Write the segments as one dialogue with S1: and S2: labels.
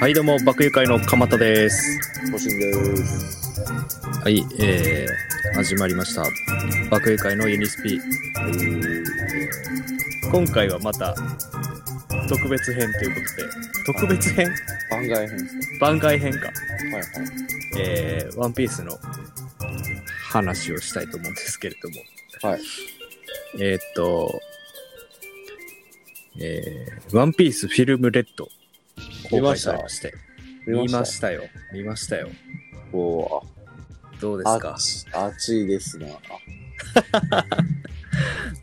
S1: はい、どうも、爆友会の鎌田です。
S2: 更新です。
S1: はい、えー、始まりました。爆友会のユニスピ。今回はまた、特別編ということで、特別編
S2: 番外編です
S1: 番外編か。
S2: ね。はいはい。
S1: えー、ワンピースの話をしたいと思うんですけれども。
S2: はい。
S1: えーっと、えー、ワンピースフィルムレッド、
S2: 見
S1: 公
S2: ま
S1: 開
S2: し
S1: さ
S2: た
S1: れまして。見ましたよ。見ましたよ。
S2: こ
S1: どう
S2: う
S1: で
S2: あ
S1: すか
S2: 暑暑いですね。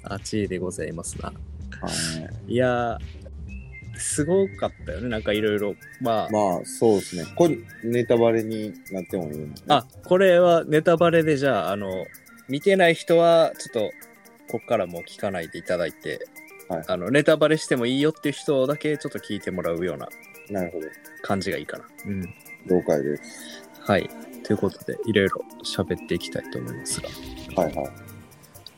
S1: 暑いでございますな。
S2: はい
S1: いやー、すごかったよね、なんかいろいろ。まあ、
S2: まあ、そうですね。これ、ネタバレになってもいいんで。
S1: あ、これはネタバレで、じゃあ、あの、見てない人は、ちょっと、こっからもう聞かないでいただいて、
S2: はい
S1: あの、ネタバレしてもいいよっていう人だけ、ちょっと聞いてもらうような
S2: なるほど。
S1: 感じがいいかな。うん。
S2: 了解です。
S1: はい。ということで、いろいろ喋っていきたいと思いますが、
S2: はいは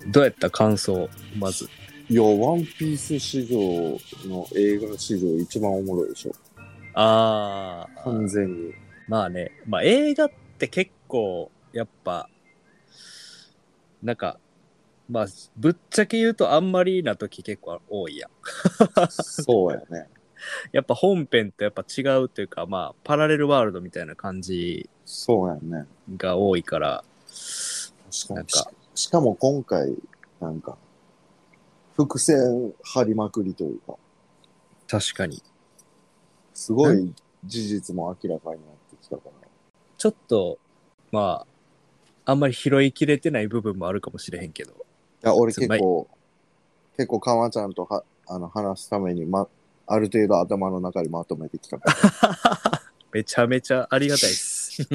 S1: どうやった感想、まず。
S2: い。いや、ワンピース史上の映画史上一番おもろいでしょ。
S1: あー、
S2: 完全に。
S1: まあね、まあ映画って結構、やっぱ、なんか、まあ、ぶっちゃけ言うとあんまりな時結構多いやん。
S2: そうやね。
S1: やっぱ本編とやっぱ違うというか、まあ、パラレルワールドみたいな感じ
S2: そうやね。
S1: が多いから、
S2: 確か
S1: なん
S2: に。
S1: か
S2: ししかも今回、なんか、伏線張りまくりというか。
S1: 確かに。
S2: すごい事実も明らかになってきたか
S1: ちょっと、まあ、あんまり拾いきれてない部分もあるかもしれへんけど。
S2: ら。いや、俺
S1: つま
S2: 結
S1: り
S2: 構、結構かまちゃんとはあの話すために、ま、ある程度頭の中にまとめてき たから。
S1: めちゃめちゃありがた いっ す。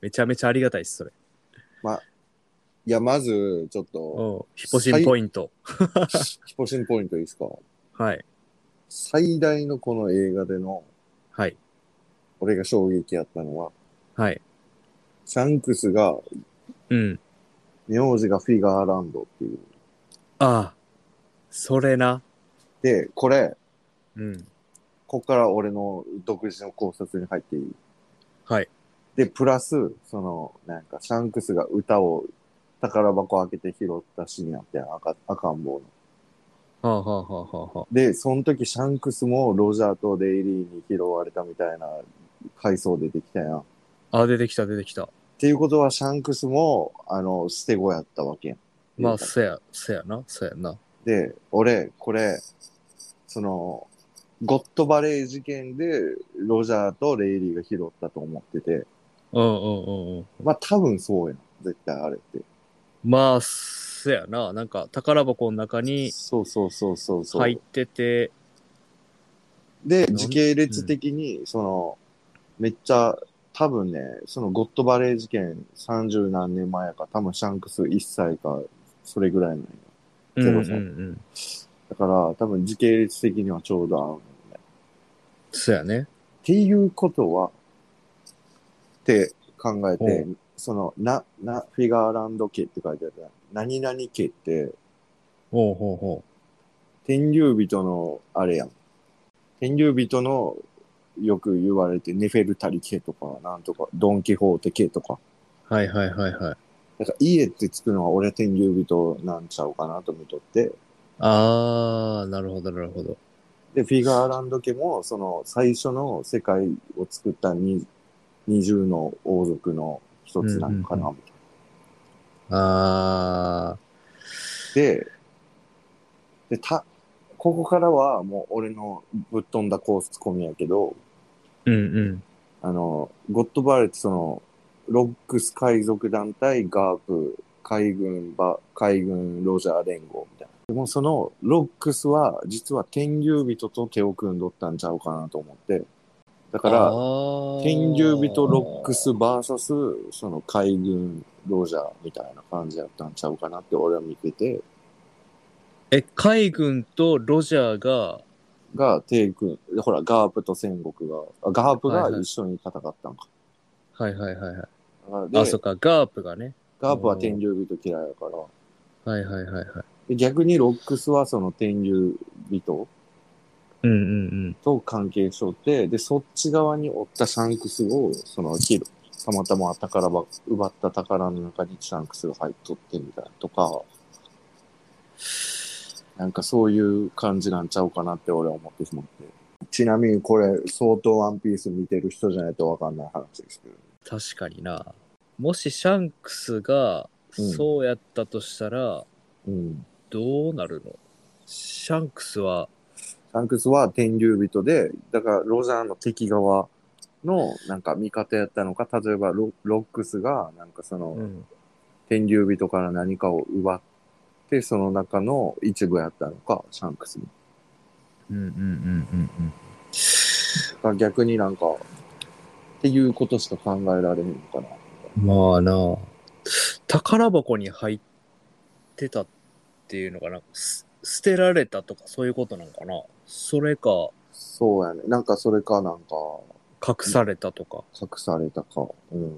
S1: めちゃめちゃありがたいっす、それ。
S2: いや、まず、ちょっと、
S1: うん。ヒポシンポイント。
S2: ヒポシンポイントいいですか
S1: はい。
S2: 最大のこの映画での、
S1: はい。
S2: 俺が衝撃やったのは、
S1: はい。
S2: シャンクスが、
S1: うん。
S2: 名字がフィガーランドっていう。
S1: ああ、それな。
S2: で、これ、
S1: うん。
S2: ここから俺の独自の考察に入っていい
S1: はい。
S2: で、プラス、その、なんか、シャンクスが歌を宝箱開けて拾ったシーンやってん赤赤ん坊の。
S1: はあ、はあはあはあは
S2: で、その時シャンクスもロジャーとデイリーに拾われたみたいな回想出てきたやん。っ
S1: あ、あ、出てきた出てきた。
S2: ていうことはシャンクスも、あの、捨て子やったわけやん。
S1: まあ、そや、そやな、そやな。
S2: で、俺、これ、その、ゴッドバレー事件でロジャーとレイリーが拾ったと思ってて、
S1: うんうんうんうん。
S2: まあ多分そうやん。絶対あれって。
S1: まあ、そやな。なんか、宝箱の中に
S2: そうそうそうそうそう。
S1: 入ってて、
S2: で、
S1: ん
S2: 時系列的に、その、めっちゃ、多分ね、そのゴッドバレー事件30何年前やから、多分シャンクス1歳か、それぐらいなんよ。
S1: うんうんう。
S2: そうそうんだから、多分時系列的にはちょうど合うのね。
S1: そやね。
S2: っていうことは、って考えて
S1: う、
S2: その、な、な、フィガーランド家って書いてあるやん何々家って、
S1: ほうほうほ
S2: 天竜人の、あれやん。天竜人の、よく言われて、ネフェルタリ系とか、なんとか、ドン・キホーテ系とか。
S1: う。はいはいはいはい。
S2: だから、家ってつくのは俺は天竜人なんちゃうかなと見とって。
S1: ああ、なるほどなるほど。
S2: で、フィガーランド家も、その、最初の世界を作ったに20の王族の一つなのかな、みたい
S1: ああ、
S2: な。で、で、た、ここからはもう俺のぶっ飛んだコースコミやけど、
S1: うんうん。
S2: あの、ゴッドバレーってその、ロックス海賊団体、ガープ、海軍バ、海軍ロジャー連合みたいな。でもその、ロックスは、実は天竜人と手を組んどったんちゃうかなと思って。だから、
S1: ら
S2: 天竜人ロックスバーサス、その海軍ロジャーみたいな感じだったんちゃうかなって俺は見てて、
S1: え、海軍とロジャーが、
S2: が、手組ん、ほら、ガープと戦国が、あガープが一緒に戦ったんか。
S1: はいはいはいはい。
S2: で
S1: あ、そっか、ガープがね。
S2: ガープは天竜人嫌いだから、
S1: はいはいはいはい。
S2: で逆にロックスはその天竜人
S1: うんうん
S2: と関係しとって、で、そっち側におったシャンクスを、その、キル、たまたま宝ば、奪った宝の中にシャンクスが入っとってみたいなとか、なんかそういう感じなんちゃうかなって俺は思ってしまって。ちなみにこれ、相当ワンピース見てる人じゃないとわかんない話ですけど。
S1: 確かになもしシャンクスが
S2: うん
S1: そうやったとしたら、
S2: うん。
S1: どうなるのシャンクスは
S2: シャンクスは天竜人で、だからロジャーの敵側のなんか味方やったのか、例えばロロックスがなんかその、
S1: ん
S2: 天竜人から何かを奪って、その中の一部やったのか、シャンクスも。
S1: うんうんうんうん
S2: だから逆になんか、っていうことしか考えられへんのかな。
S1: まあな宝箱に入ってたっていうのかなす捨てられたとかそういうことなんかなそれか
S2: そうやね。なんかそれかなんか、
S1: 隠されたとか
S2: 隠されたか。うん。っ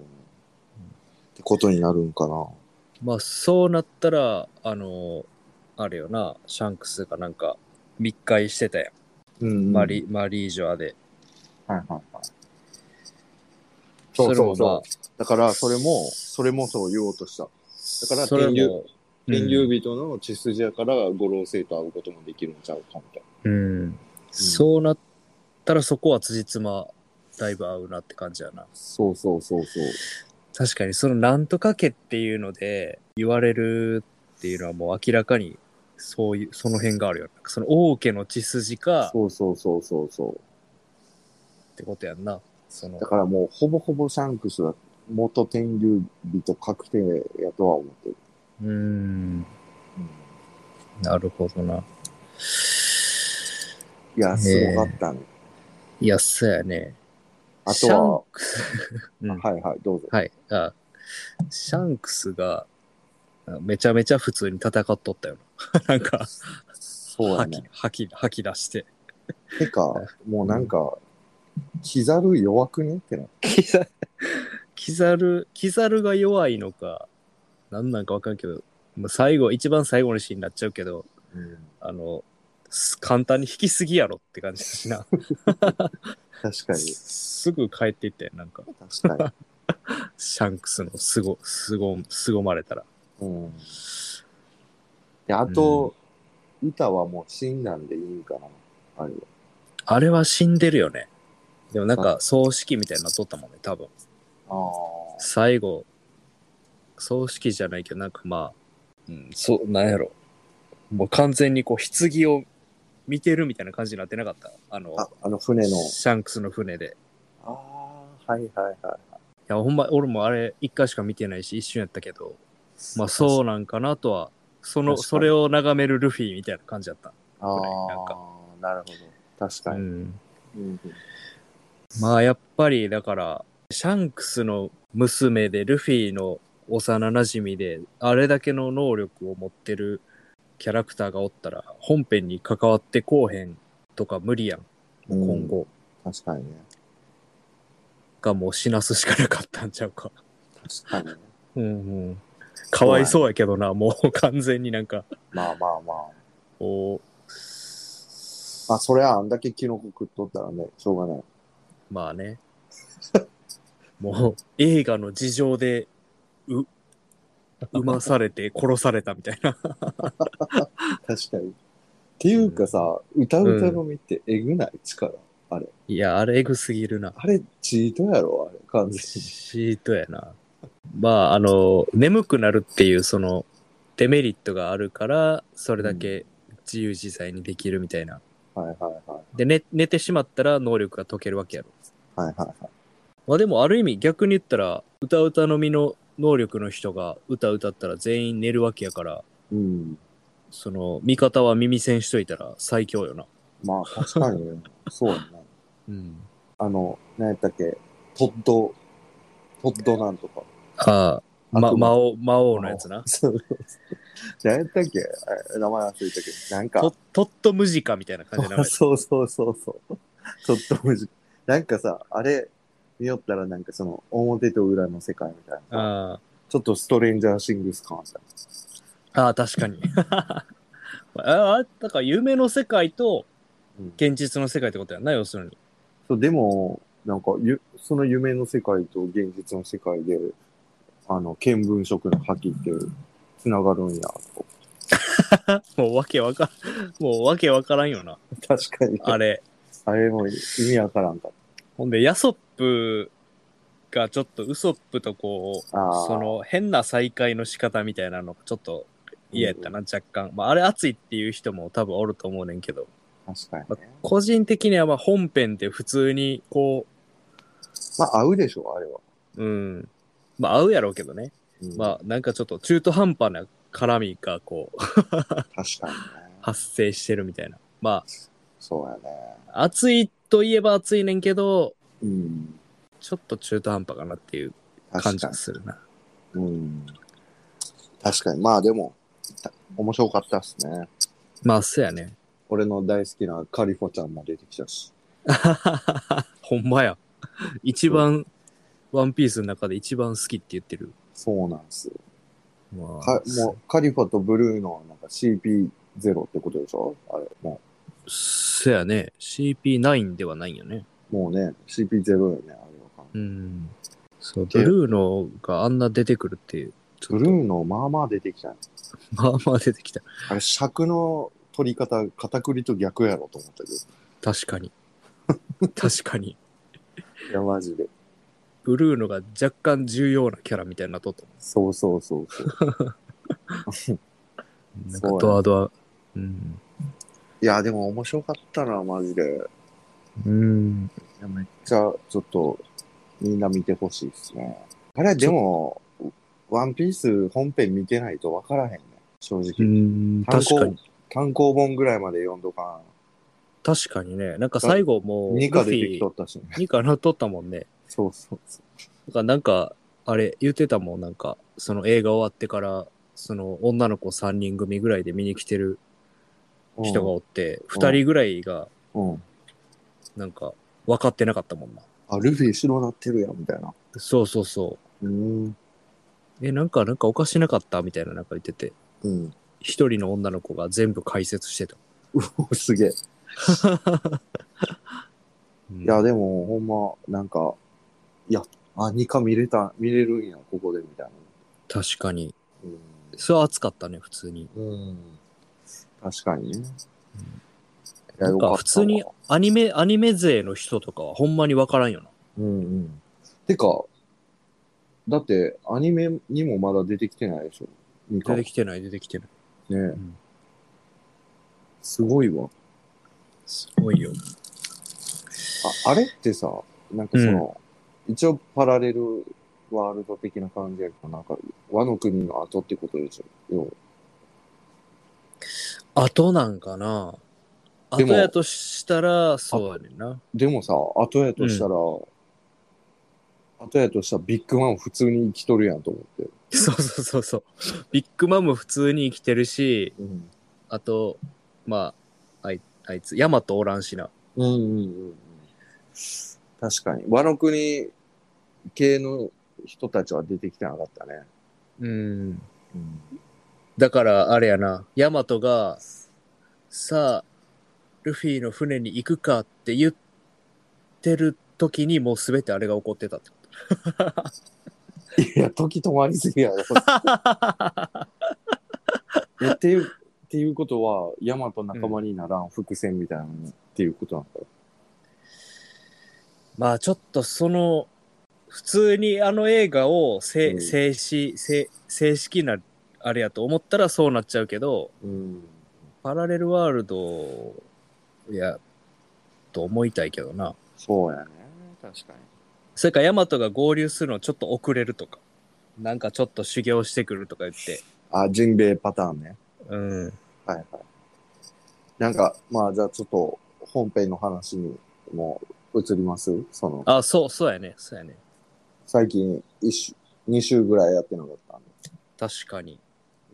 S2: てことになるんかな。
S1: まあそうなったらあのあれよなシャンクスがなんか密会してたやん、
S2: うん
S1: マリマリージョアで
S2: はいはいはい。そうそう
S1: れもまあ
S2: そう。だから、それも、それもそう言おうとした。だから
S1: それ
S2: 天竜
S1: も
S2: 天竜人の血筋やから、五老星と会うこともできるんちゃうかみたいな。
S1: うん、そうなったらそこは辻褄だいぶ合うなって感じやな
S2: そうそうそうそう。
S1: 確かにそのなんとか家っていうので言われるっていうのはもう明らかにそういうその辺があるよなその王家の血筋か
S2: そうそうそうそうそう。
S1: ってことやんなその
S2: だからもうほぼほぼシャンクスは元天竜人確定やとは思ってる。
S1: うん
S2: うん
S1: なるほどな。
S2: いや、すごかったね。
S1: いや、そうやね。
S2: あ
S1: シャン
S2: と
S1: クス。うん
S2: は、はいはい、どうぞ。
S1: はい。あ、シャンクスが、あめちゃめちゃ普通に戦っとったよな。 なんか、
S2: そうや
S1: 吐き
S2: ね。、
S1: 吐き、吐き出して。
S2: てか、もうなんか、キザル弱くねってな。
S1: キザル、キザル、キザルが弱いのか、なんなんかわかんけど、まあ最後、一番最後のシーンになっちゃうけど、あの、す簡単に引きすぎやろって感じだしな。
S2: 確かに、
S1: すぐ帰っていったよ、なんか。
S2: 確か
S1: シャンクスのすご、すご、すごまれたら。
S2: に。うん。で、あと、歌はもう死んだんでいいんかな。あれは。
S1: あれは死んでるよね。でもなんか葬式みたいになっとったもんね、多分。
S2: ああ。
S1: 最後、葬式じゃないけど、なんかまあ、うん、そう、なんやろ。もう完全にこう、棺を見てるみたいな感じになってなかった。あの、
S2: あ、あの船の。
S1: シャンクスの船で。
S2: ああ、はいはいはい。
S1: いや、ほんま、俺もあれ、一回しか見てないし、一瞬やったけど、まあそうなんかなとは、その、
S2: 確かに
S1: それを眺めるルフィみたいな感じだった。
S2: あ
S1: な
S2: あ
S1: んか
S2: ー、なるほど。確か
S1: う
S2: に。
S1: ん。
S2: うん
S1: まあやっぱりだからシャンクスの娘でルフィの幼なじみであれだけの能力を持ってるキャラクターがおったら本編に関わってこうへんとか無理やん今後、
S2: 確かにね。
S1: がもう死なすしかなかったんちゃうか
S2: 確かにね。
S1: うんうんかわいそうやけどなもう 完全になんか
S2: まあまあまあ。
S1: お
S2: まあ、それはあんだけキノコ食っとったらね、しょうがない。
S1: まあねもう映画の事情で う生まされて殺されたみたいな
S2: 確かに。っていうかさ、歌う歌組ってえぐない力。
S1: いや、あれエグすぎるな。
S2: あれ、チートやろあれ、完全に。
S1: シートやな。まあ、あの、眠くなるっていう、その、デメリットがあるから、それだけ自由自在にできるみたいな。
S2: はいはいはい。
S1: で、寝、寝てしまったら能力が解けるわけやろ。
S2: はいはいはい。
S1: まあでも、ある意味逆に言ったら、歌うたのみの能力の人が歌歌ったら全員寝るわけやから、
S2: うん。
S1: その、味方は耳栓しといたら最強よな。
S2: まあ、確かにね。そうやな。
S1: うん。
S2: あの、何やったっけ、トッド、トッドなんとか。
S1: ああ、ま、
S2: 悪
S1: 魔
S2: 魔
S1: 王、魔王のやつな。
S2: そうそうそう。 何やったっけあ名前忘れたけど、なんか。
S1: と、とっと無ジかみたいな感じの名 前
S2: そうそうそうそう。ちょっと無事。なんかさ、あれ見よったらなんかその表と裏の世界みたいな。
S1: ああ。
S2: ちょっとストレンジャーシングス感あった。
S1: ああ、確かに。ああ、だから夢の世界と
S2: うん
S1: 現実の世界ってことやんな、要するに。
S2: そう、でも、なんかゆ、その夢の世界と現実の世界で、あの、見聞色の覇気って、つながるんや、と。
S1: もうわけわか、もうわけわからんよな、
S2: 確かに。
S1: あれ。
S2: あれも意味わからんかっ
S1: ほんで、ヤソップがちょっとウソップとこう、
S2: た。ああ。
S1: その変な再会の仕方みたいなのがちょっと嫌やったな、若干。まあ、あれ熱いっていう人も多分おると思うねんけど、
S2: 確かにね。
S1: 個人的にはまあ本編って普通にこ
S2: まあ、合うでしょ、あれは。
S1: う、うん、まあ合うやろうけどね。
S2: うん
S1: まあなんかちょっと中途半端な絡みがこう、
S2: 確かにね。
S1: 発生してるみたいな。ま
S2: そうやね。
S1: あ、熱いといえば熱いねんけど、
S2: うん。
S1: ちょっと中途半端かなっていう感
S2: 確
S1: じ
S2: か
S1: がするな。
S2: に。うん。確かに。まあ、でも、た面白かったっすね。
S1: まあ、そうやね。
S2: 俺の大好きなカリフォちゃんも出てきたし。
S1: ほんまや。 一番、ワンピースの中で一番好きって言ってる。
S2: そうなんですよ。
S1: まあ
S2: かもう、カリフォとブルーのなんか CP0 ってことでしょあれ。も
S1: そやね。CP9 ではないんよね。
S2: う、もうね、CP0 よね、あれは。
S1: うん。そう、ブ
S2: で
S1: ルーノがあんな出てくるって、ちょ
S2: ブ
S1: っ
S2: ル
S1: と、
S2: ーのまあまあ出てきたね。
S1: まあまあ出てきた。
S2: あれ、尺の取り方、片栗と逆やろと思ったけ
S1: 確かに。 確かに。
S2: ど。いや、マジで。
S1: ブルーノが若干重要なキャラみたいになっとったも
S2: そうそうそうそう。
S1: ん。なん
S2: そう
S1: か
S2: や
S1: ドアドア。うん。
S2: いや、でも面白かったな、マジで。
S1: うん。
S2: いやめっちゃ、ちょっと、みんな見てほしいですね。あれ、でも、ワンピース本編見てないと分からへんね。正
S1: う
S2: 直。
S1: ん、
S2: 単
S1: 確
S2: 行
S1: かに。
S2: 単行本ぐらいまで読んどか
S1: 確かにね。なんか最後も
S2: ん。
S1: う、
S2: 2
S1: ル
S2: 課
S1: フ
S2: 出てき
S1: ィ
S2: と、ったしね。
S1: 2かなっとったもんね。
S2: そうそうそう。
S1: だからなんか、あれ、言ってたもん、なんか、その映画終わってから、その女の子3人組ぐらいで見に来てる
S2: うん
S1: 人がおって、2人ぐらいが、
S2: うん。
S1: なんか、分かってなかったもんな。
S2: あ、ルフィ白なってるやん、みたいな。
S1: そうそうそう
S2: ーん。
S1: う。え、なんか、なんかおかしなかったみたいななんか言ってて、
S2: うん。
S1: 一人の女の子が全部解説してた。
S2: すげえ。
S1: うん
S2: いや、でも、ほんま、なんか、いや、あ、2課見れた、見れるんや、ここで、みたいな。
S1: 確かに。
S2: うん
S1: それは熱かったね、普通に。
S2: うん。確かにね。いや
S1: なんか、普通に
S2: よかっ
S1: アニメ、アニメ勢の人とかはほんまに分からんよな。
S2: たわうんうん。てか、だって、アニメにもまだ出てきてないでしょ。出
S1: 出てきてない、出てきてない。
S2: ね、
S1: ん
S2: すごいわ。
S1: すごいよ。
S2: あ、あれってさ、なんかその、一応パラレルワールド的な感じやけど、なんか、和の国の後ってことでしょ。要は
S1: 後なんかな後
S2: でも
S1: やとしたら、そうやねんな。
S2: でもさ、後やとしたら、後やとしたらビッグマン普通に生きとるやんと思って。
S1: そうそうそうそう。ビッグマム普通に生きてるし、
S2: うん。
S1: あと、まあ、あいあいつ、ヤマトおらんしな。
S2: うんうんうんうん。確かに。和の国系の人たちは出てきてなかったね。
S1: うん。
S2: うん。
S1: だから、あれやな、ヤマトが、さあ、ルフィの船に行くかって言ってる時にもう全てあれが起こってたってこ
S2: いや、時止まりす ぎやろ。えっていう、っていうことは、ヤマト仲間にならん伏線みたいなのっていうことなんだ
S1: と。
S2: よ。
S1: まあちょっとその、普通にあの映画をせ、
S2: うん
S1: 静止、せ正式な、あれやと思ったらそうなっちゃうけど、
S2: うん。
S1: パラレルワールド、や、と思いたいけどな。
S2: そうやね。確か
S1: それか、ヤマトが合流するのちょっと遅れるとか、なんかちょっと修行してくるとか言って、
S2: に。あ、ジンベエパターンね。
S1: うん。
S2: はいはい。なんか、まあじゃあちょっと本編の話にも移りますその、
S1: あ、そう、そうやね、そうやね。
S2: 最近一週、2週ぐらいやってなかったんで。
S1: 確かに。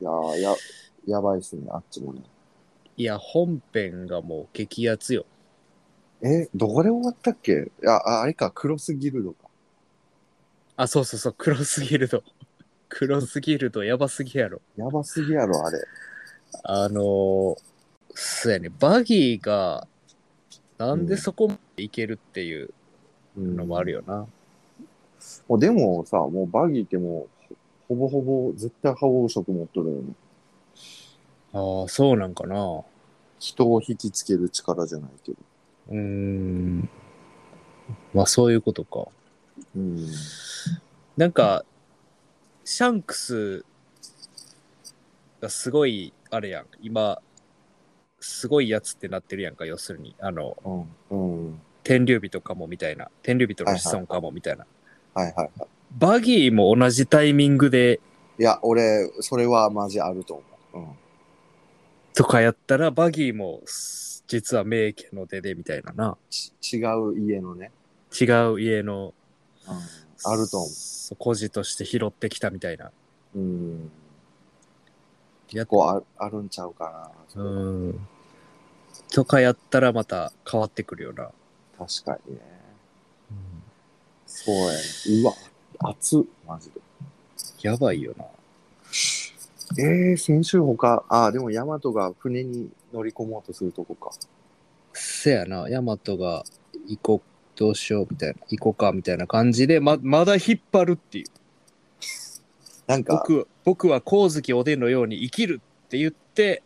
S2: いやーや、やばいっすね、あっちもね。
S1: いや、本編がもう激アツよ。
S2: え、どこで終わったっけいや、ああれか、クロスギルドか。
S1: あ、そうそうそう、クロスギルド。クロスギルド、やばすぎやろ。
S2: やばすぎやろ、あれ。
S1: あのー、そうやね、バギーが、なんでそこまでいけるっていう
S2: うん
S1: のもあるよな。
S2: もうでもさ、もうバギーってもう、ほぼほぼ絶対覇王色持っとるよね。
S1: ああ、そうなんかな。う
S2: 人を引きつける力じゃないけど。
S1: ーん。まあそういうことか。
S2: うん。
S1: なんか、シャンクスがすごい、あれやん。今、すごいやつってなってるやんか、要するに。あの、
S2: うん。うん。
S1: 天竜人かもみたいな。天竜人の子孫かもみたいな。
S2: はいはいはい。
S1: バギーも同じタイミングで
S2: いや、俺、それはマジあると思う。うん。
S1: とかやったら、バギーもす実は名家の出でみたいなな。
S2: ち違う家のね。
S1: 違う家の、
S2: うん。あると思
S1: そ孤児として拾ってきたみたいな。
S2: う。うん。
S1: や
S2: こうああるんちゃうかな。
S1: うん。とかやったらまた変わってくるよな。
S2: 確かにね。そうやね。うわ、熱っマジで。
S1: やばいよな。
S2: えー、先週他、ああ、でもヤマトが船に乗り込もうとするとこか。
S1: せやな、ヤマトが行こう、どうしようみたいな、行こうかみたいな感じで、ま、まだ引っ張るっていう。
S2: なんか、終
S1: 僕、僕は光月おでんのように生きるって言って、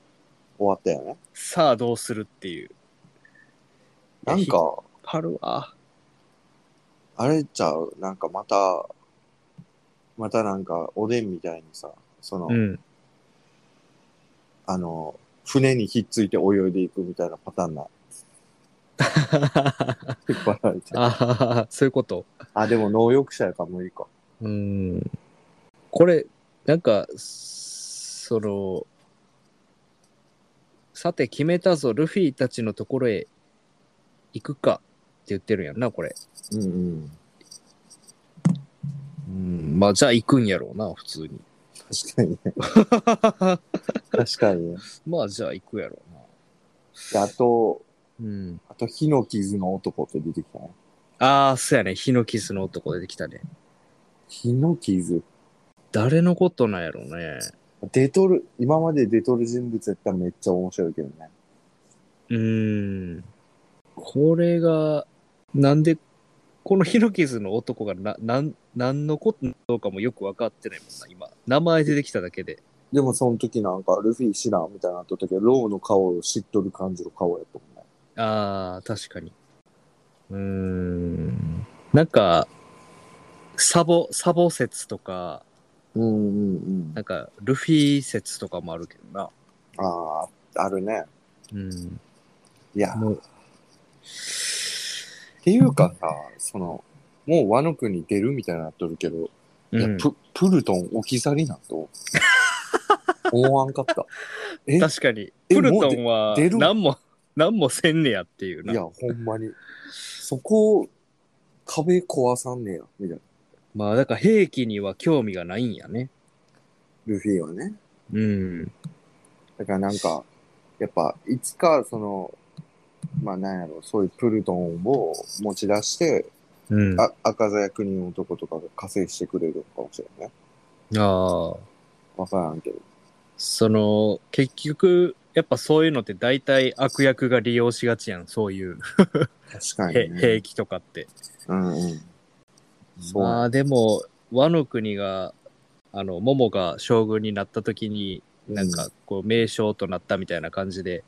S2: わったよね。
S1: さあどうするっていう。
S2: なん
S1: 引っ
S2: か、
S1: 張るわ。
S2: あれちゃう、なんかまた、またなんか、おでんみたいにさ、その、
S1: うん。
S2: あの、船にひっついて泳いでいくみたいなパター ンな、引っ張られて。あ
S1: あははそういうこと。
S2: でも能力者やから無理か。
S1: うん。これ、なんか、その、さて決めたぞ、ルフィたちのところへ行くかって言ってるんやんな、これ。
S2: うんうん。
S1: うん。まあ、じゃあ行くんやろうな、普通に。
S2: 確かにね。 確かにね。
S1: まあ、じゃあ行くやろうな。
S2: であと、
S1: うん。
S2: あと、火の傷の男って出てきたね。
S1: ああ、そうやね。火の傷の男出てきたね。
S2: 火の傷。
S1: 誰のことなんやろうね。
S2: 出とる、今まで出とる人物やったらめっちゃ面白いけどね。
S1: うーん。これが、なんで、このヒロキズの男がな、 なん、なんのことなのかもよく分かってないもんな、今。名前出てきただけで。
S2: でもその時なんか、ルフィ知らんみたいになっとったけど、ローの顔を知っとる感じの顔やと思うね。
S1: ああ、確かに。うーん。なんか、サボ、サボ説とか、
S2: うんうんう
S1: なん
S2: ん。
S1: か、ルフィ説とかもあるけどな。
S2: ああ、あるね。
S1: うん。
S2: いや、
S1: もう
S2: っていうかさ、その、もうワノ国出るみたいになっとるけど、
S1: う
S2: いや
S1: ん、
S2: ププルトン置き去りなん と思わんかった。え
S1: 確かに。
S2: え
S1: プルトンは
S2: もう出出る、
S1: 何も、 何もせんねやっていうな。
S2: いや、ほんまに。そこを壁壊さんねや、みたいな。
S1: まあ、だから兵器には興味がないんやね。
S2: ルフィはね。
S1: うん。
S2: だからなんか、やっぱ、いつか、その、まあなんやろ、そういうプルトンを持ち出して、
S1: うん。あ
S2: あ赤座役人の男とかが加勢してくれるかもしれないね。
S1: あ。
S2: わからんけど。
S1: その、結局、やっぱそういうのって大体悪役が利用しがちやん。そういう、
S2: 確か
S1: へ
S2: に、ね。
S1: 兵器とかって。
S2: うんうん。そう。
S1: まあでも、和の国が、あの、桃が将軍になった時に、なんか、こう、名将となったみたいな感じで、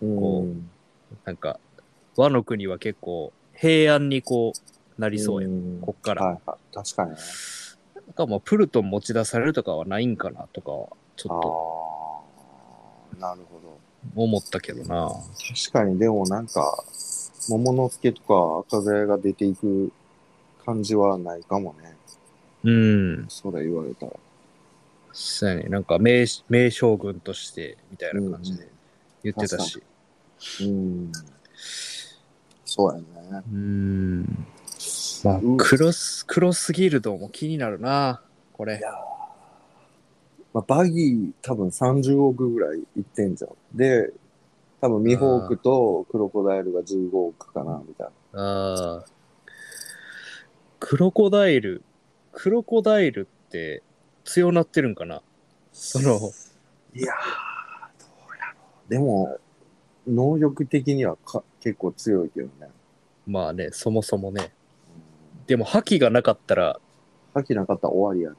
S2: うん、
S1: こう
S2: うん
S1: なんか、和の国は結構、平安にこう、なりそうやん。
S2: ん
S1: こっから
S2: はいはい。確かにね。
S1: なんかもう、プルトン持ち出されるとかはないんかな、とかは、ち
S2: あ
S1: ょっと
S2: あ、なるほど。
S1: 思ったけどな。
S2: 確かに、でもなんか、桃之助とか赤鞘が出ていく感じはないかもね。
S1: うん。
S2: それ言われたら。
S1: そうやね。なんか名、名将軍として、みたいな感じ
S2: う
S1: で言ってたし。
S2: うん。そうやね。
S1: うーん。まあ
S2: うん、
S1: クロス、クロスギルドも気になるな。これ。
S2: まあ、バギー多分30億ぐらいいってんじゃん。で、多分ミホークとクロコダイルが15億かな、みたいな。
S1: ああ。クロコダイル。クロコダイルって強なってるんかなその、
S2: いやー、どうやろう。でも、能力的にはか結構強いけどね。
S1: まあね、そもそもね。
S2: うん
S1: でも、覇気がなかったら、
S2: 覇気なかったら終わ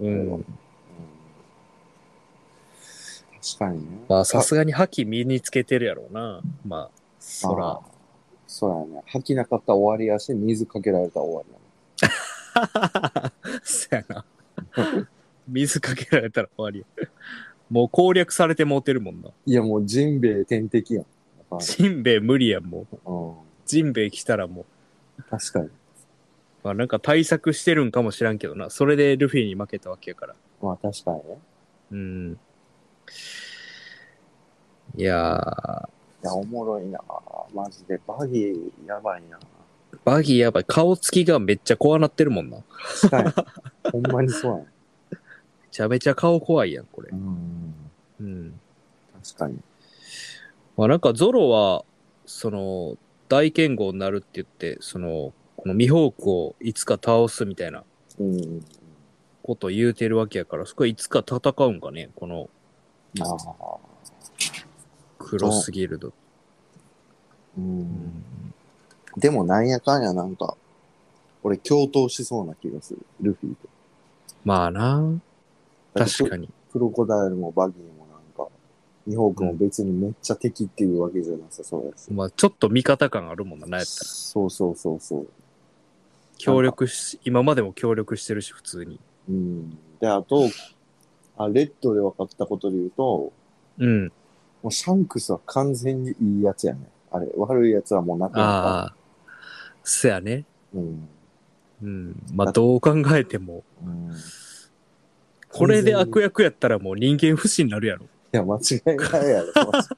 S2: りやね。
S1: うん。
S2: 確かにね。
S1: まあ、さすがに覇気身につけてるやろうな。まあ、そ
S2: あ
S1: ら
S2: ー。。そうやね。吐きなかったら終わりやし、水かけられたら終わりやね。
S1: そやな。水かけられたら終わりや。もう攻略されてもうてるもんな。
S2: いや、もうジンベエ天敵やん。あー
S1: ジンベエ無理やん、もう。
S2: う
S1: ジンベエ来たらもう。
S2: ん、確かに。
S1: まあなんか対策してるんかもしらんけどな。それでルフィに負けたわけやから。
S2: まあ確かにね。
S1: うん。いやー、
S2: いや、おもろいな。マジで。バギー、やばいな。
S1: バギーやばい。顔つきがめっちゃ怖なってるもんな。め
S2: 確か に。ほんまにそうやね。
S1: ちゃめちゃ顔怖いやん、これ
S2: う。ん。
S1: うん。
S2: 確かに。
S1: まあなんかゾロは、その、大剣豪になるって言って、その、このミホークをいつか倒すみたいな
S2: うん。
S1: こと言うてるわけやから、そこはいつか戦うんかね、この
S2: ああ。
S1: クロスギルド。
S2: うん。でもなんやかんやなんか、俺共闘しそうな気がする。ルフィと。
S1: まあな、確
S2: に。
S1: かに。
S2: クロコダイルもバギーもなんか、ミホークも別にめっちゃ敵っていうわけじゃなさそうやし。
S1: まあちょっと味方感あるもんな、なんやったら。
S2: そうそうそうそう。
S1: 協力し、今までも協力してるし、普通に。
S2: うん。で、あと、あ、レッドで分かったことで言うと、
S1: うん。
S2: もうシャンクスは完全にいいやつやね。あれ、悪いやつはもうなくなった。
S1: ああ。そやね。
S2: うん。
S1: うん。まあどう考えても、
S2: うん。い
S1: これで悪役やったらもう人間不信になるやろ。
S2: や、間違いないやろ。 マジ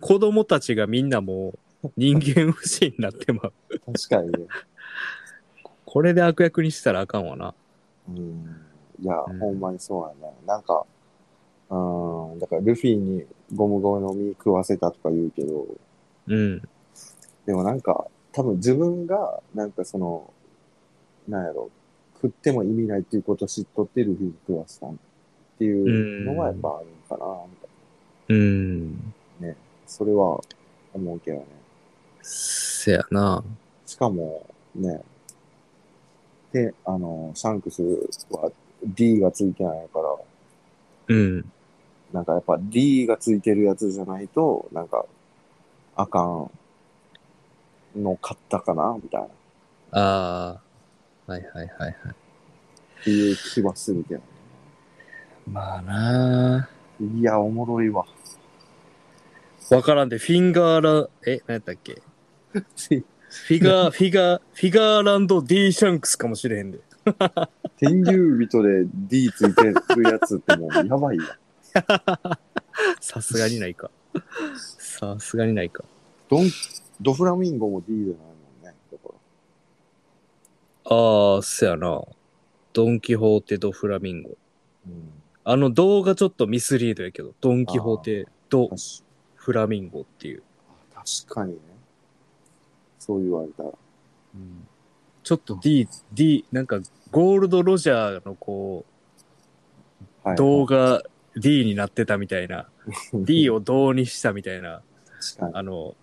S1: 子供たちがみんなもう人間不信になってまう。
S2: 確かにね。
S1: これで悪役にしたらあかんわな。
S2: うん。いや、
S1: うん
S2: ほんまにそうやね。なんか、うん、だからルフィにゴムゴムの実食わせたとか言うけど、
S1: うん。
S2: でもなんか、多分自分が、なんかその、なんやろ、食っても意味ないっていうことを知っとってルフィに食わせたっていうのがやっぱあるんかな、みたい
S1: うん。
S2: な。それは思うけどね。
S1: せやな。
S2: しかも、ね、で、あの、シャンクスは D がついてないから、
S1: うん。
S2: なんかやっぱ D がついてるやつじゃないと、なんか、あかんの買ったかな、みたいな。っ
S1: ああ。はいはいはいはい。
S2: ていう気はするけど。
S1: まあない
S2: や、おもろいわ。
S1: あ。わからんで、フィンガーラ、え、何やったっけフィ ガー、フィガー、フィガーランド D シャンクスかもしれへんで。
S2: 天竜人で D ついてるやつってもうやばいやん。
S1: さすがにないか。さすがにないか。
S2: ドン、ドフラミンゴも D じゃないもんね。だか
S1: ああ、せやな。ドン・キホーテ・ド・フラミンゴ。
S2: ら。
S1: あの動画ちょっとミスリードやけど、ドン・キホーテ・ド・
S2: 確
S1: フラミンゴっていう。
S2: 確かにね。そう言われたら。
S1: ちょっと D、D、なんかゴールド・ロジャーのこ
S2: は
S1: う、動
S2: 画
S1: 画 D になってたみたいな、D を銅にしたみたいな、
S2: 確かに。
S1: あの、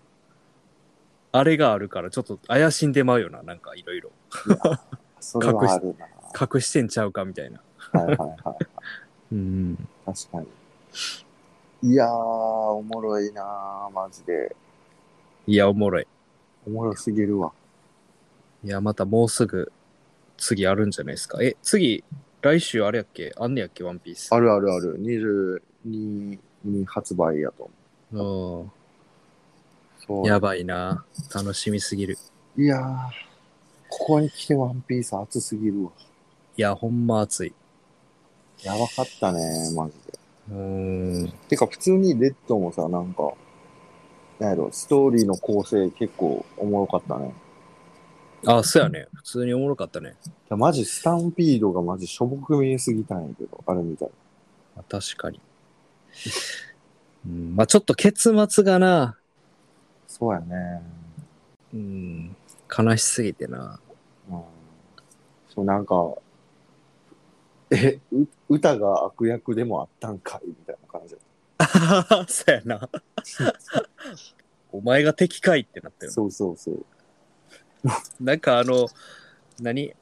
S1: あれがあるからちょっと怪しんでまうよな、なんかいろいろ。
S2: それはあるな。
S1: 隠してんちゃうかみたいな。
S2: はいはいはい。
S1: うん。
S2: 確かに。いやー、おもろいなー、マジで。
S1: いや、おもろい。
S2: おもろすぎるわ。
S1: いや、またもうすぐ、次あるんじゃないですか。え、次、来週あれやっけあんねやっけワンピース。
S2: あるあるある。22に発売やと思
S1: うん。
S2: う。そう
S1: やばいな。楽しみすぎる。
S2: いやー、ここに来てワンピース熱すぎるわ。
S1: いや、ほんま熱い。
S2: やばかったね、マジで。
S1: うーん。
S2: てか、普通にレッドもさ、なんか、なんやろ、ストーリーの構成結構おもろかったね。
S1: あ、そうやね。普通におもろかったね。
S2: いやマジ、スタンピードがマジしょぼく見えすぎたんやけど、あれみたい。
S1: まあ確か に。うん、まあちょっと結末がな、
S2: そうやね。
S1: うん、悲しすぎてな。
S2: うん。そう、なんか、え、う歌が 悪役でもあったんかいみたいな感じ。
S1: あははそうやな。お前が敵かいってなったよね。
S2: そうそうそう。
S1: なんかあの、何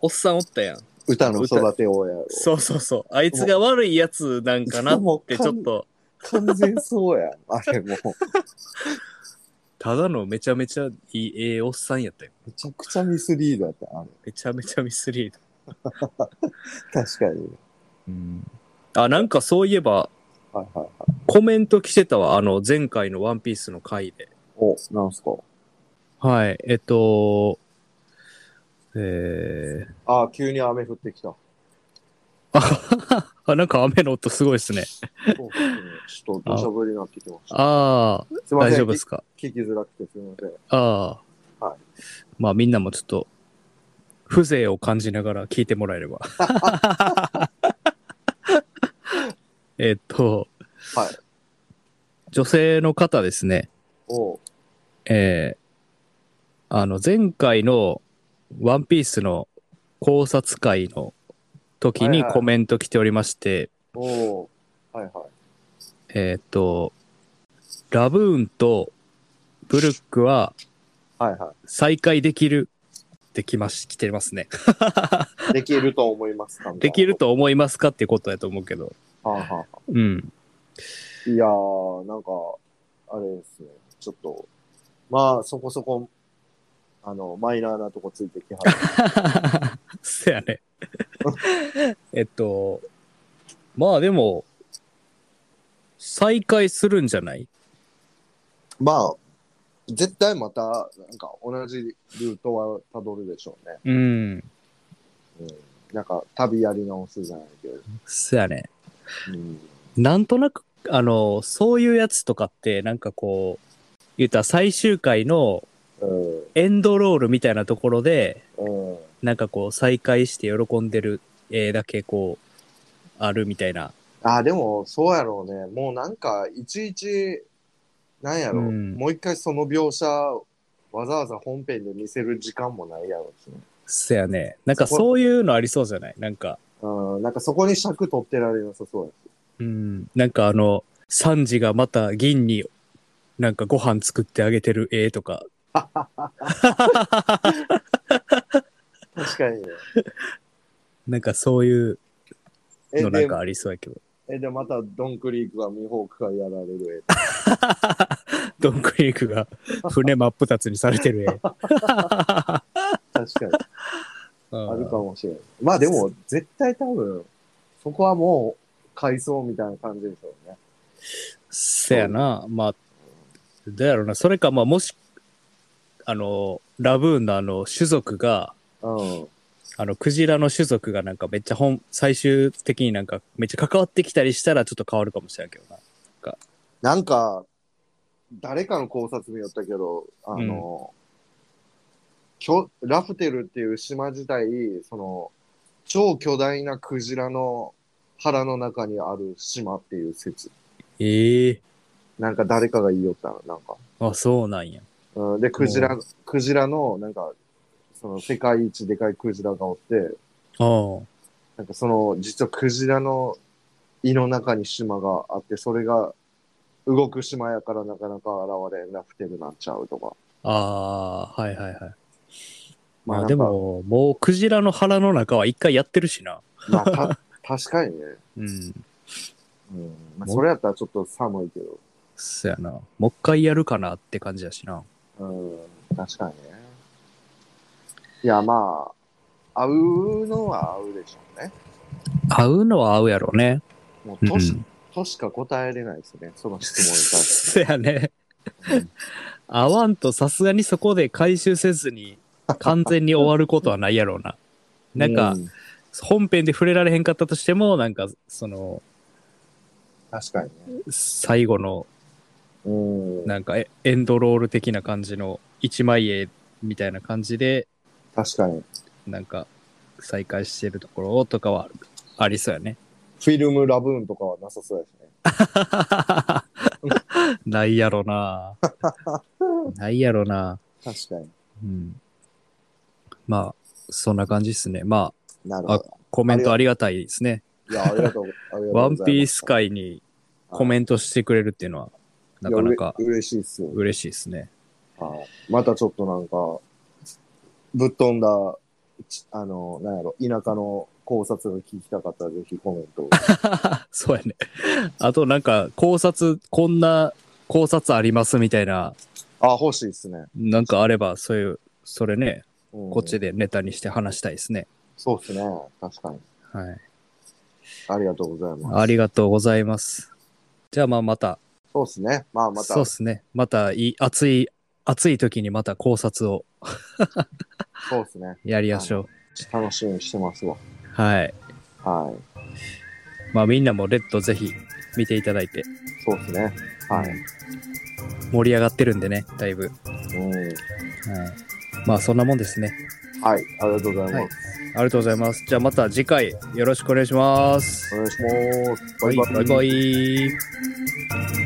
S1: おっさんおったやん。
S2: 歌の育て親を。
S1: そうそうそう。あいつが悪いやつなんかなってちょっと。
S2: 完全そうやん。あれもう、
S1: ただのめちゃめちゃいいええおっさんやったよ。
S2: めちゃくちゃミスリードやった。あれ
S1: めちゃめちゃミスリード。
S2: 確かに。
S1: あ、なんかそういえば、
S2: はいはいはい。
S1: コメント来てたわ。あの、前回のワンピースの回で。
S2: お、なんすか。
S1: はい。えっと、えー、
S2: あー急に雨降ってきた。
S1: あ あ、なんか雨の音すごいですね。
S2: そうですねちょっと土砂降りになってきました。
S1: ああ、
S2: すいま
S1: 大
S2: せ
S1: 丈
S2: ん。
S1: 夫ですか
S2: 聞聞きづらくてすみません。
S1: ああ。
S2: はい
S1: まあみんなもちょっと、風情を感じながら聞いてもらえれば。 えっと、
S2: はい。
S1: 女性の方ですね。
S2: おう
S1: えーあの、前回のワンピースの考察会の時
S2: はい
S1: に
S2: はい
S1: コメント来ておりまして、
S2: おうはいはい。
S1: えーっと、ラブーンとブルックは
S2: はいは
S1: 再会できるってきまし、来てますね。
S2: い。できると思いますか
S1: できる。と思いますかっていうことだと思うけど。
S2: はあ、はあはあ
S1: うん。
S2: いやー、なんか、あれですね。ちょっと、まあ、そこそこ、あの、マイナーなとこついてきはる。
S1: そやね。 えっと、まあでも、再会するんじゃない
S2: まあ、絶対また、なんか、同じルートは辿るでしょうね。
S1: うん。
S2: うん。なんか、旅やり直すじゃないけど。
S1: そやね。
S2: うん。
S1: なんとなく、あの、そういうやつとかって、なんかこう、言ったら最終回の
S2: うん。
S1: エンドロールみたいなところで、
S2: うん。
S1: なんかこう、再会して喜んでる絵だけこう、あるみたいな。
S2: あ、でも、そうやろうね。もうなんか、いちいち、なんやろう、
S1: うん
S2: もう一回その描写、わざわざ本編で見せる時間もないやろうしね。
S1: そやね。なんかそういうのありそうじゃないなんか、
S2: うん、なんかそこに尺取ってられなさそうやし。
S1: うん。なんかあの、サンジがまた銀に、なんかご飯作ってあげてる絵とか、
S2: 確かに ね。
S1: なんかそういう
S2: え、
S1: のなん
S2: で
S1: か、ありそうやけど。
S2: え、で、また、ドンクリークがミホークがやられる
S1: ドンクリーク が船真っ二つにされてる絵。
S2: 絵。確かに。 あるか
S1: あ
S2: もしれない。まあでも、絶対多分、そこはもう、回想みたいな感じでしょうね。
S1: せやな、まあ、どうやろうな、それか、まあ、もし、あの、ラブーンのあの、種族が、
S2: うん。
S1: あの、クジラの種族がなんかめっちゃ本、最終的になんかめっちゃ関わってきたりしたらちょっと変わるかもしれんけどな。
S2: なんか、誰かの考察によったけど、あの、きょラフテルっていう島自体、その、超巨大なクジラの腹の中にある島っていう説。
S1: ええ
S2: なんか誰かが言いよったの、なんか。
S1: あ、そうなんや。
S2: うん、で、クジラ、クジラの、なんか、その世界一でかいクジラがおって、
S1: ああ。
S2: なんかその、実はクジラの胃の中に島があって、それが動く島やからなかなか現れなくてるなんちゃうとか。
S1: ああ、はいはいはい。ま
S2: な
S1: あ
S2: んか
S1: で、も、もうクジラの腹の中は一回やってるしな。
S2: まあ、た 確かにね。
S1: うん。
S2: うん。まあ、
S1: も
S2: それやったらちょっと寒いけど。
S1: そやな。もう一回やるかなって感じやしな。
S2: うん。確かにね。いや、まあ、合うのは合うでしょうね。
S1: 合うのは合うやろうね。
S2: も
S1: う
S2: う、とし、
S1: ん。
S2: としか答えれないですね。その質問に対して。
S1: そやね。
S2: うん
S1: 合わんとさすがにそこで回収せずに完全に終わることはないやろうな。なんか、
S2: う
S1: 本編で触れられへんかったとしても、なんか、その、
S2: 確かにね。
S1: 最後の、
S2: うん。
S1: なんかエ、エンドロール的な感じの一枚絵みたいな感じで、
S2: 確かに。
S1: なんか、再開してるところとかはありそうや ね。
S2: フィルムラブーンとかはなさそうやしね。
S1: ないやろ なないやろな
S2: 確かに。
S1: うん。まあ、そんな感じですね。ま
S2: なるほど。
S1: あ、コメントありがたいですね。
S2: いや、ありがとう。ありがとうござい
S1: ワ
S2: ま
S1: ン
S2: す。
S1: ピース界にコメントしてくれるっていうのはなかなか
S2: いやうれ嬉しいっすよね。
S1: 嬉しいですね。
S2: はいまたちょっとなんか、ぶっ飛んだ、ちあの、なんやろ、田舎の考察が聞きたかったらぜひコメン トを。
S1: そうやね。あとなんか考察、こんな考察ありますみたいな、
S2: あ、欲しいですね。
S1: なんかあれば、そういう、それね、
S2: うん
S1: こっち。でネタにして話したいですね。
S2: そうですね。確かに。
S1: はい。
S2: ありがとうございます。
S1: ありがとうございます。じゃあまあまた、
S2: そうですね。まあまた
S1: そうですね。またいい、暑い、暑い時にまた考察を
S2: そうですね。
S1: やりましょ
S2: 楽しみにしてますわ。
S1: う。はい。
S2: はい。
S1: まあみんなもレッドぜひ見ていただいて、
S2: そうですね。はい。
S1: 盛り上がってるんでね、だいぶ。はい。
S2: うん。
S1: まあそんなもんですね。
S2: はい。ありがとうございます。
S1: ありがとうございます。じゃあまた次回よろしくお願いします。
S2: お願いします。
S1: はいバイバイ